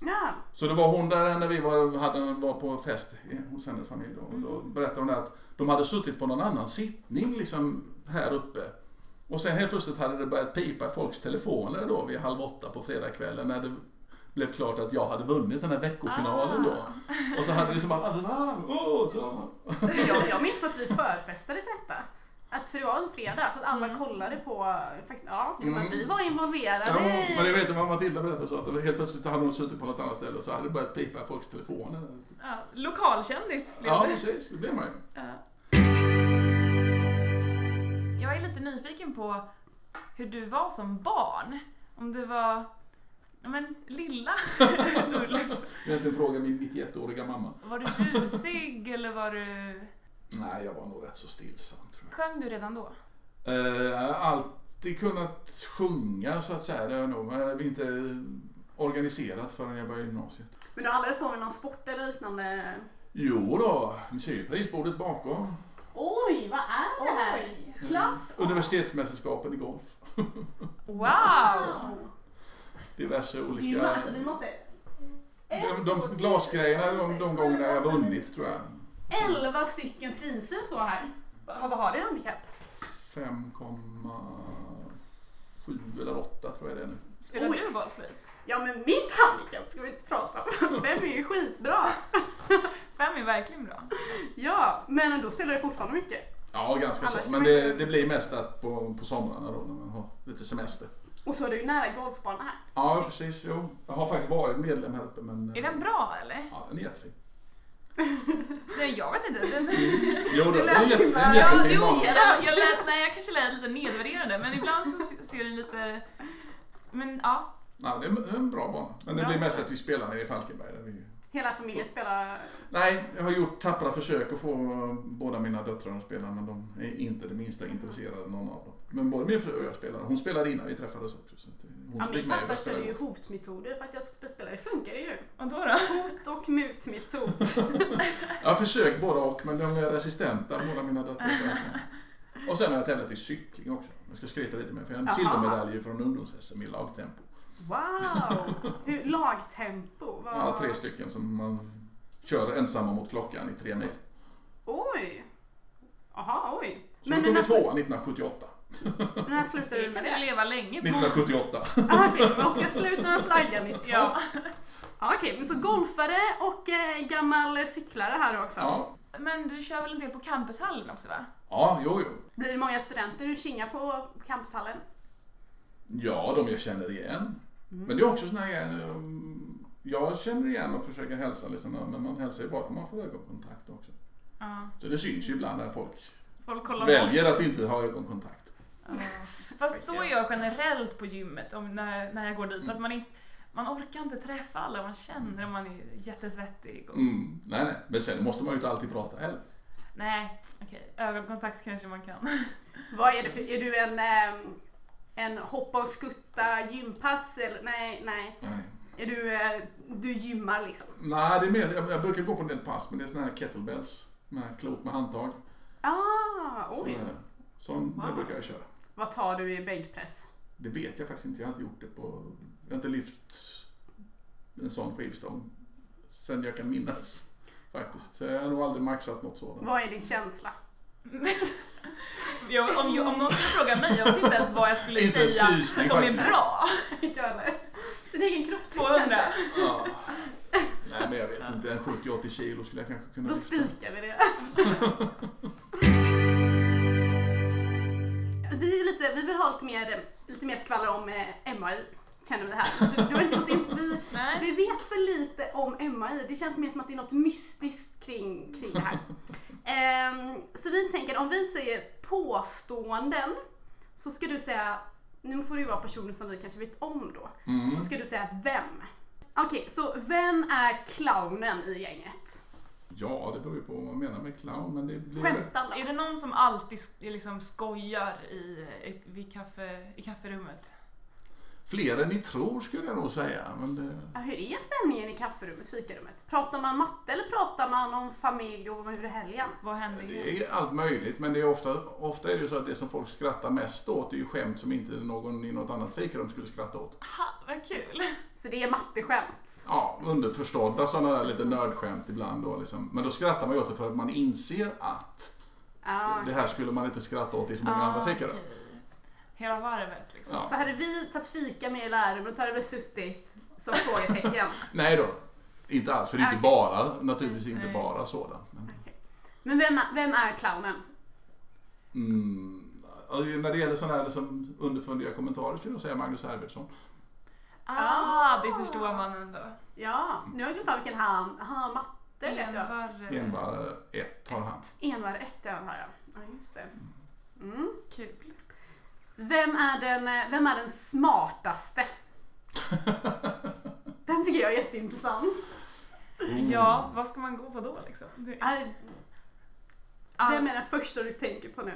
[SPEAKER 4] Ja.
[SPEAKER 3] Så det var hon där när vi var, hade, var på fest i- hos hennes familj. Då, och då berättade hon att de hade suttit på någon annan sittning liksom här uppe. Och sen helt plötsligt hade det börjat pipa i folks telefoner då vid halv åtta på fredagskvällen när det blev klart att jag hade vunnit den här veckofinalen då.
[SPEAKER 1] Ah.
[SPEAKER 3] Och så hade det liksom bara... Åh, så.
[SPEAKER 4] Men Jag, jag minns att vi förfestade till detta. Att för det var en fredag så att alla kollade på, faktiskt, ja, men
[SPEAKER 3] Mm.
[SPEAKER 4] vi var involverade.
[SPEAKER 3] Ja, men det
[SPEAKER 4] i-
[SPEAKER 3] vet jag vad Matilda berättade så att det var- helt plötsligt hade hon suttit på något annat ställe och så hade det börjat pipa i folks telefoner.
[SPEAKER 1] Ja, Ah, lokalkändis blev
[SPEAKER 3] Ja,
[SPEAKER 1] det.
[SPEAKER 3] precis. Det blev man ju.
[SPEAKER 1] Ja. Jag är lite nyfiken på hur du var som barn. Om du var ja, men, lilla Ulf.
[SPEAKER 3] Egentligen frågade min 91-åriga mamma.
[SPEAKER 1] Var du busig eller var du...
[SPEAKER 3] Nej, jag var nog rätt så stillsam tror jag.
[SPEAKER 1] Sjöng du redan då?
[SPEAKER 3] Eh, Jag har alltid kunnat sjunga så att säga, det har jag nog. Men jag är inte organiserat förrän jag började gymnasiet.
[SPEAKER 4] Men du har aldrig hållit på med någon sport eller liknande?
[SPEAKER 3] Jo då, ni ser ju prisbordet bakom.
[SPEAKER 4] Oj, vad är det här? Klass
[SPEAKER 3] Universitetsmästerskapen i golf.
[SPEAKER 1] Wow!
[SPEAKER 3] Diverse
[SPEAKER 4] Gud,
[SPEAKER 3] olika...
[SPEAKER 4] alltså vi måste...
[SPEAKER 3] De, de glasgrejerna de, de gångerna jag har vunnit tror jag.
[SPEAKER 4] Elva stycken priser så här. Vad vad har du i handikapp?
[SPEAKER 3] 5,7 eller 8 tror jag det är nu.
[SPEAKER 1] Spelar
[SPEAKER 4] Oj.
[SPEAKER 1] du golf Louise?
[SPEAKER 4] Ja men mitt handikapp ska vi inte prata om. Fem är ju skitbra.
[SPEAKER 1] Fem är verkligen bra.
[SPEAKER 4] Ja, men då spelar du fortfarande mycket.
[SPEAKER 3] Ja, ganska
[SPEAKER 4] Annars
[SPEAKER 3] så.
[SPEAKER 4] kan
[SPEAKER 3] Men
[SPEAKER 4] man
[SPEAKER 3] det,
[SPEAKER 4] inte-
[SPEAKER 3] det blir mest att på, på somrarna då när man har lite semester.
[SPEAKER 4] Och så är du ju nära golfbanan här.
[SPEAKER 3] Ja, precis. Jo. Jag har faktiskt varit medlem här uppe men...
[SPEAKER 1] Är den bra eller?
[SPEAKER 3] Ja, den är jättefin.
[SPEAKER 1] Nej, jag vet inte. Den...
[SPEAKER 3] Jo, då, det är en jätte- det är en
[SPEAKER 1] Ja,
[SPEAKER 3] jättefin
[SPEAKER 1] jo,
[SPEAKER 3] bana.
[SPEAKER 1] jag, jag, lät, nej, jag kanske lät lite nedvärderande men ibland så ser den lite... Men ja,
[SPEAKER 3] Ja, det är en- det är en bra bana. Men det
[SPEAKER 1] Bra.
[SPEAKER 3] blir mest att vi spelar nere i Falkenberg. Där vi...
[SPEAKER 4] Hela familjen spelar.
[SPEAKER 3] Nej, jag har gjort tappra försök att få båda mina döttrar att spela men de är inte det minsta intresserade någon av dem. Men både min fru och jag spelar. Hon spelade innan vi träffades också. Så att hon
[SPEAKER 4] Ja,
[SPEAKER 3] som fick
[SPEAKER 4] min
[SPEAKER 3] mig att
[SPEAKER 4] pappa
[SPEAKER 3] börja
[SPEAKER 4] körde ju
[SPEAKER 3] spela.
[SPEAKER 4] hotmetoder för att jag skulle spela. Det funkar ju.
[SPEAKER 1] vadå då?
[SPEAKER 4] Hot och mutmetod.
[SPEAKER 3] Jag har försökt båda och men de är resistenta båda mina döttrar. Och sen har jag tävlat i cykling också. Jag ska skryta lite med för jag har en
[SPEAKER 4] Jaha.
[SPEAKER 3] silvermedalj från ungdoms-SM i lagtempo.
[SPEAKER 4] Wow! Hur, lagtempo.
[SPEAKER 3] Jag
[SPEAKER 4] Vad...
[SPEAKER 3] har tre stycken som man kör ensamma mot klockan i tre mil.
[SPEAKER 4] Oj! Jaha, oj.
[SPEAKER 3] Så
[SPEAKER 4] Men alltså-
[SPEAKER 3] då kom vi
[SPEAKER 4] när,
[SPEAKER 3] tvåa 1978.
[SPEAKER 4] när slutade du
[SPEAKER 1] Du kan
[SPEAKER 4] med
[SPEAKER 1] ju
[SPEAKER 4] det?
[SPEAKER 1] leva länge på.
[SPEAKER 3] 1978.
[SPEAKER 4] Ah, okej, man ska sluta med flaggan i topp.
[SPEAKER 1] Ja.
[SPEAKER 4] Ja. Okej, men så golfare och eh, gammal eh, cyklare här också.
[SPEAKER 3] Ja.
[SPEAKER 1] Men du kör väl en del på campushallen också va?
[SPEAKER 3] ja, jo, jo.
[SPEAKER 4] Blir det många studenter du kingar på campushallen?
[SPEAKER 3] Ja, de jag känner igen. Men det är också såna här grejer, um, Jag känner igen och försöker hälsa, liksom, men man hälsar ju bara om man får ögonkontakt också.
[SPEAKER 1] Ja.
[SPEAKER 3] Så det syns ju ibland när folk
[SPEAKER 1] Folk kollar bort.
[SPEAKER 3] väljer att inte ha ögonkontakt. Mm.
[SPEAKER 1] Ja. Fast så är jag generellt på gymmet om när, när jag går dit. Att man inte, Man orkar inte träffa alla man känner om man är jättesvettig. Och...
[SPEAKER 3] Mm. Nej, nej. Men sen måste man ju inte alltid prata heller.
[SPEAKER 1] Nej, okej. Ögonkontakt kanske man kan.
[SPEAKER 4] Vad är det för, är du en, ehm, en hoppa och skutta gympass eller? Nej, nej.
[SPEAKER 3] Nej.
[SPEAKER 4] Är du, eh, du gymmar liksom?
[SPEAKER 3] Nej, det är mer, jag, jag brukar gå på en del pass, men det är såna här kettlebells. Med klot med handtag.
[SPEAKER 4] Ah,
[SPEAKER 3] Sån,
[SPEAKER 4] oj.
[SPEAKER 3] här- sån det
[SPEAKER 1] Wow.
[SPEAKER 3] brukar jag köra.
[SPEAKER 4] Vad tar du i bänkpress?
[SPEAKER 3] Det vet jag faktiskt inte. Jag har inte gjort det på... Jag har inte lyft en sån skivstång sen jag kan minnas. Faktiskt. Så jag har nog aldrig maxat något sådant.
[SPEAKER 4] Vad är din känsla?
[SPEAKER 1] Jag, om, jag, om någon skulle fråga mig, jag vet inte ens vad jag skulle
[SPEAKER 3] Inte en
[SPEAKER 1] säga
[SPEAKER 3] susning
[SPEAKER 1] som
[SPEAKER 3] faktiskt.
[SPEAKER 1] är bra.
[SPEAKER 4] Inte jag heller. Din egen kroppsvikt
[SPEAKER 1] 200.
[SPEAKER 4] kanske?
[SPEAKER 3] Ja. Nej, men jag vet inte. En 70-80 kilo skulle jag kanske kunna
[SPEAKER 4] Då
[SPEAKER 3] lyfta.
[SPEAKER 4] spikar vi det. vi, är lite, vi vill ha lite mer, lite mer skvaller om eh, MAI, känner vi här. Du, du har inte gått in, så vi,
[SPEAKER 1] Nej.
[SPEAKER 4] vi vet för lite om MAI. Det känns mer som att det är något mystiskt kring, kring det här. Ehm, så vi tänker, om vi säger påståenden så ska du säga, nu får det ju vara personer som vi kanske vet om då,
[SPEAKER 3] Mm.
[SPEAKER 4] så ska du säga vem. Okej, så vem är clownen i gänget?
[SPEAKER 3] Ja, det beror ju på vad man menar med clown, men det blir...
[SPEAKER 4] Skämtar
[SPEAKER 1] Är
[SPEAKER 4] då.
[SPEAKER 1] det någon som alltid sk- liksom skojar i, i, vid kaffe, i kafferummet?
[SPEAKER 3] Fler än ni tror skulle jag nog säga. Men det...
[SPEAKER 4] Ja, hur är stämningen i kafferummet, fikarummet? Pratar man matte eller pratar man om familj och hur är helgen?
[SPEAKER 1] Vad händer?
[SPEAKER 3] Det är allt möjligt, men det är ofta, ofta är det ju så att det som folk skrattar mest åt är ju skämt som inte någon i något annat fikarum skulle skratta åt.
[SPEAKER 1] Ha, Ah, vad kul!
[SPEAKER 4] Så det är matteskämt.
[SPEAKER 3] Ja, underförstådda sådana där lite nördskämt ibland då liksom. Men då skrattar man ju åt det för att man inser att
[SPEAKER 4] Ja.
[SPEAKER 3] det här skulle man inte skratta åt i så många andra
[SPEAKER 4] Ah,
[SPEAKER 3] fikarum.
[SPEAKER 1] okej. Hela varvet liksom.
[SPEAKER 3] Ja.
[SPEAKER 4] Så hade vi tagit fika med i lärarrummet hade vi suttit som frågetecken.
[SPEAKER 3] Nej då, inte alls. För det är inte
[SPEAKER 4] Okej.
[SPEAKER 3] bara, naturligtvis inte
[SPEAKER 1] Nej.
[SPEAKER 3] bara sådant. Men,
[SPEAKER 4] Men vem, vem är clownen?
[SPEAKER 3] mm, ja, när det gäller sådana här liksom underfundiga kommentarer skulle jag säga Magnus Herbertsson.
[SPEAKER 1] Ah, det förstår man ändå.
[SPEAKER 4] Ja, nu har jag glömt av vilken han... Han har matte vet jag.
[SPEAKER 1] Envar-
[SPEAKER 3] Envar eh, ett har han.
[SPEAKER 4] Envar ett är han här ja. Ja, just det. Mm.
[SPEAKER 1] Kul.
[SPEAKER 4] Vem, är den, eh, vem är den smartaste? Den tycker jag är jätteintressant.
[SPEAKER 3] Oh.
[SPEAKER 1] Ja, vad ska man gå på då liksom? Det-
[SPEAKER 4] Är-
[SPEAKER 1] Ah,
[SPEAKER 4] Vem är den första du tänker på nu?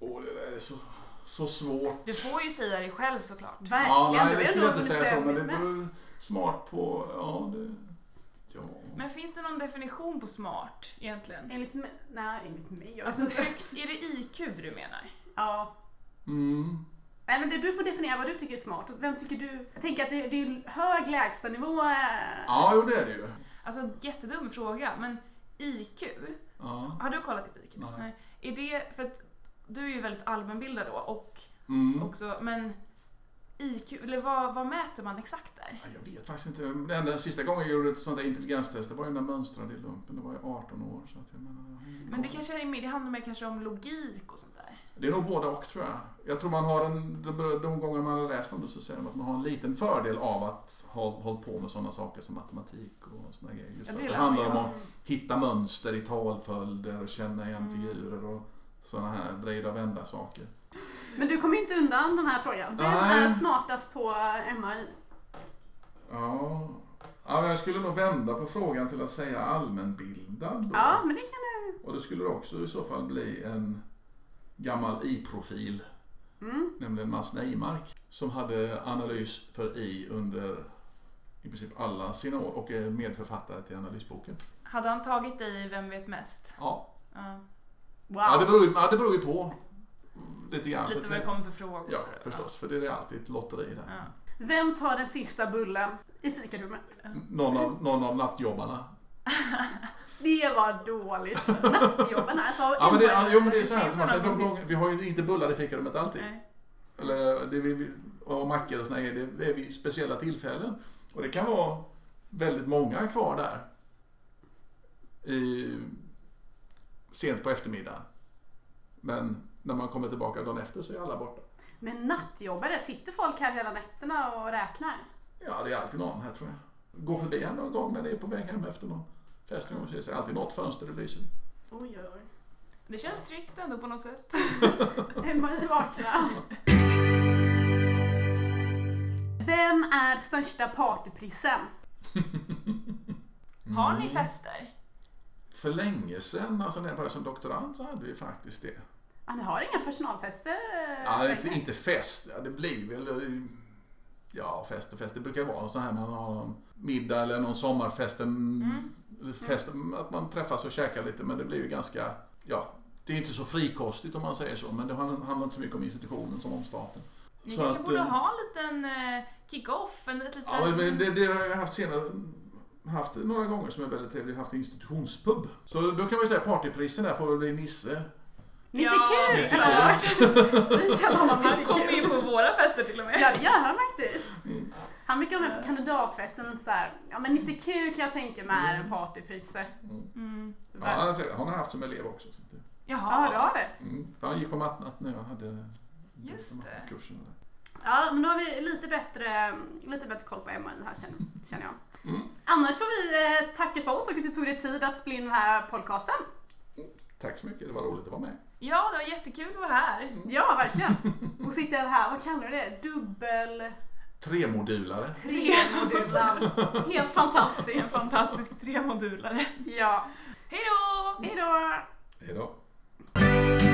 [SPEAKER 3] Åh, det där är så, så svårt.
[SPEAKER 1] Du får ju säga det själv såklart.
[SPEAKER 4] Verkligen.
[SPEAKER 3] Ja,
[SPEAKER 4] då
[SPEAKER 3] nej,
[SPEAKER 4] är
[SPEAKER 3] det
[SPEAKER 4] jag
[SPEAKER 3] skulle
[SPEAKER 4] då
[SPEAKER 3] jag inte säga så, men det
[SPEAKER 4] med.
[SPEAKER 3] beror smart på... Ja, det... Ja.
[SPEAKER 1] Men finns det någon definition på smart egentligen?
[SPEAKER 4] Enligt mig? Nej, enligt mig. Jag
[SPEAKER 1] Alltså
[SPEAKER 4] vet inte.
[SPEAKER 1] högt, är det IQ du menar?
[SPEAKER 4] ja.
[SPEAKER 3] Mm.
[SPEAKER 4] Nej, men det, du får definiera vad du tycker är smart. Vem tycker du... Jag tänker att det, det är hög lägstanivå. eh.
[SPEAKER 3] Ja, jo det är det ju.
[SPEAKER 1] Alltså jättedum fråga, men IQ?
[SPEAKER 3] Ja.
[SPEAKER 1] Har du kollat ditt IQ?
[SPEAKER 3] Nej.
[SPEAKER 1] Är det, för att du är ju väldigt allmänbildad då och
[SPEAKER 3] Mm.
[SPEAKER 1] också, men IQ, eller vad, vad mäter man exakt där?
[SPEAKER 3] Ja, Jag vet faktiskt inte. Den enda sista gången jag gjorde ett sånt där intelligenstest, det var ju när jag mönstrade i lumpen. Det var ju 18 år. Så att jag menar, ja.
[SPEAKER 1] Men det kanske är, mer- det handlar mer kanske om logik och sånt där.
[SPEAKER 3] det är nog både och tror jag. Jag tror man har en... de- De gånger man har läst om det så säger de att man har en liten fördel av att ha hållit på med sådana saker som matematik och såna grejer. Just
[SPEAKER 1] Ja,
[SPEAKER 3] för
[SPEAKER 1] det
[SPEAKER 3] att det
[SPEAKER 1] lär
[SPEAKER 3] handlar
[SPEAKER 1] man
[SPEAKER 3] om
[SPEAKER 1] ju.
[SPEAKER 3] att hitta mönster i talföljder och känna igen
[SPEAKER 1] Mm.
[SPEAKER 3] figurer och sådana här vrida och vända saker.
[SPEAKER 4] Men du kommer ju inte undan den här frågan. Vem
[SPEAKER 3] Nej.
[SPEAKER 4] är smartast på eh, MAI?
[SPEAKER 3] Ja. ja, men jag skulle nog vända på frågan till att säga allmänbildad då.
[SPEAKER 4] Ja, men det kan du...
[SPEAKER 3] Och det skulle det också i så fall bli en gammal I-profil,
[SPEAKER 4] Mm.
[SPEAKER 3] nämligen Mats Neymark, som hade analys för I under i princip alla sina år och är medförfattare till analysboken.
[SPEAKER 1] Hade han tagit dig i Vem vet mest?
[SPEAKER 3] Ja,
[SPEAKER 1] Ja.
[SPEAKER 4] Wow.
[SPEAKER 3] ja, det, beror, ju- ja det beror ju på lite grann.
[SPEAKER 1] Lite
[SPEAKER 3] För
[SPEAKER 1] vad det
[SPEAKER 3] det-
[SPEAKER 1] kommer för frågor.
[SPEAKER 3] Ja, förstås, för det är alltid ett lotteri där.
[SPEAKER 1] Ja. Ja.
[SPEAKER 4] Vem tar den sista bullen i fikarummet?
[SPEAKER 3] Någon av, någon av nattjobbarna.
[SPEAKER 4] Det var dåligt. Nattjobben alltså.
[SPEAKER 3] Ja men det, ja, jo, men det är så här,
[SPEAKER 1] Finns det
[SPEAKER 3] Thomas,
[SPEAKER 1] någon
[SPEAKER 3] de
[SPEAKER 1] som-
[SPEAKER 3] gånger, vi har ju inte bullar i fikarummet alltid.
[SPEAKER 1] Nej.
[SPEAKER 3] Eller det vi, vi- och mackor och såna grejer, det är vid speciella tillfällen. Och det kan vara väldigt många kvar där. I, sent på eftermiddagen. Men när man kommer tillbaka dagen efter så är alla borta.
[SPEAKER 4] Men nattjobbare, sitter folk här hela nätterna och räknar?
[SPEAKER 3] Ja, det är alltid någon här tror jag. Går förbi här någon gång när det är på väg hem efter någon fest. någon gång, så är det alltid något fönster det lyser.
[SPEAKER 4] Oj, oj, oj.
[SPEAKER 1] Det känns tryggt ändå på något sätt.
[SPEAKER 4] Emma i vakna. Vem Vem är största partyprissen?
[SPEAKER 3] Mm.
[SPEAKER 1] Har ni fester?
[SPEAKER 3] För länge sedan, alltså när jag började som doktorand, så hade vi faktiskt det.
[SPEAKER 4] Ja, Ah, ni har inga personalfester? eh,
[SPEAKER 3] Ja,
[SPEAKER 4] längre.
[SPEAKER 3] inte, inte fest, ja, det blir väl... eh, Ja, fest och fest. Det brukar vara så här man har någon middag eller någon sommarfest. En,
[SPEAKER 1] Mm.
[SPEAKER 3] eller fest Att man träffas och käkar lite, men det blir ju ganska... Ja, det är inte så frikostigt om man säger så, men det handlar handlar inte så mycket om institutionen som om staten.
[SPEAKER 1] Ni
[SPEAKER 3] Så
[SPEAKER 1] kanske
[SPEAKER 3] att,
[SPEAKER 1] borde
[SPEAKER 3] eh,
[SPEAKER 1] ha en liten eh, kick-off, en ett litet...
[SPEAKER 3] Ja, men det, det har jag haft senare haft några gånger som är väldigt trevligt, haft institutionspub. Så då kan man ju säga partyprisen där får väl bli Nisse.
[SPEAKER 4] Nisse
[SPEAKER 1] Ja,
[SPEAKER 4] Kul!
[SPEAKER 3] Nisse Kul.
[SPEAKER 4] eller? Vi kan honom
[SPEAKER 1] Han
[SPEAKER 4] Nisse
[SPEAKER 1] kommer
[SPEAKER 4] Kul.
[SPEAKER 1] in på våra fester till och med.
[SPEAKER 4] Ja, det gör han faktiskt.
[SPEAKER 3] Mm.
[SPEAKER 4] Han brukar vara med på kandidatfesten och så här, ja men Nisse Kul kan jag tänka mig är en partypriser.
[SPEAKER 1] Mm.
[SPEAKER 3] Ja, han är trevlig. Han har jag haft som elev också. Så att, det-
[SPEAKER 4] Ja,
[SPEAKER 1] Jaha,
[SPEAKER 4] det har det.
[SPEAKER 3] mm. För han gick på matnatt när jag hade
[SPEAKER 1] Just det.
[SPEAKER 3] kursen. Där.
[SPEAKER 4] Ja, men då har vi lite bättre, lite bättre koll på MI här känner, känner jag.
[SPEAKER 3] Mm.
[SPEAKER 4] Annars får vi eh, tacka för oss och att du tog dig tid att spela in den här podcasten.
[SPEAKER 3] Tack så mycket, det var roligt att vara med.
[SPEAKER 1] ja, det var jättekul att vara här.
[SPEAKER 4] Ja, verkligen. Och sitta här, vad kallar du det? Dubbel...
[SPEAKER 3] Tremodulare.
[SPEAKER 4] Tremodular. Helt
[SPEAKER 1] Det är en
[SPEAKER 4] fantastiskt.
[SPEAKER 1] fantastisk tremodulare.
[SPEAKER 4] Ja.
[SPEAKER 1] Hej då!
[SPEAKER 4] Hej då!
[SPEAKER 3] Hej då.
[SPEAKER 4] Hej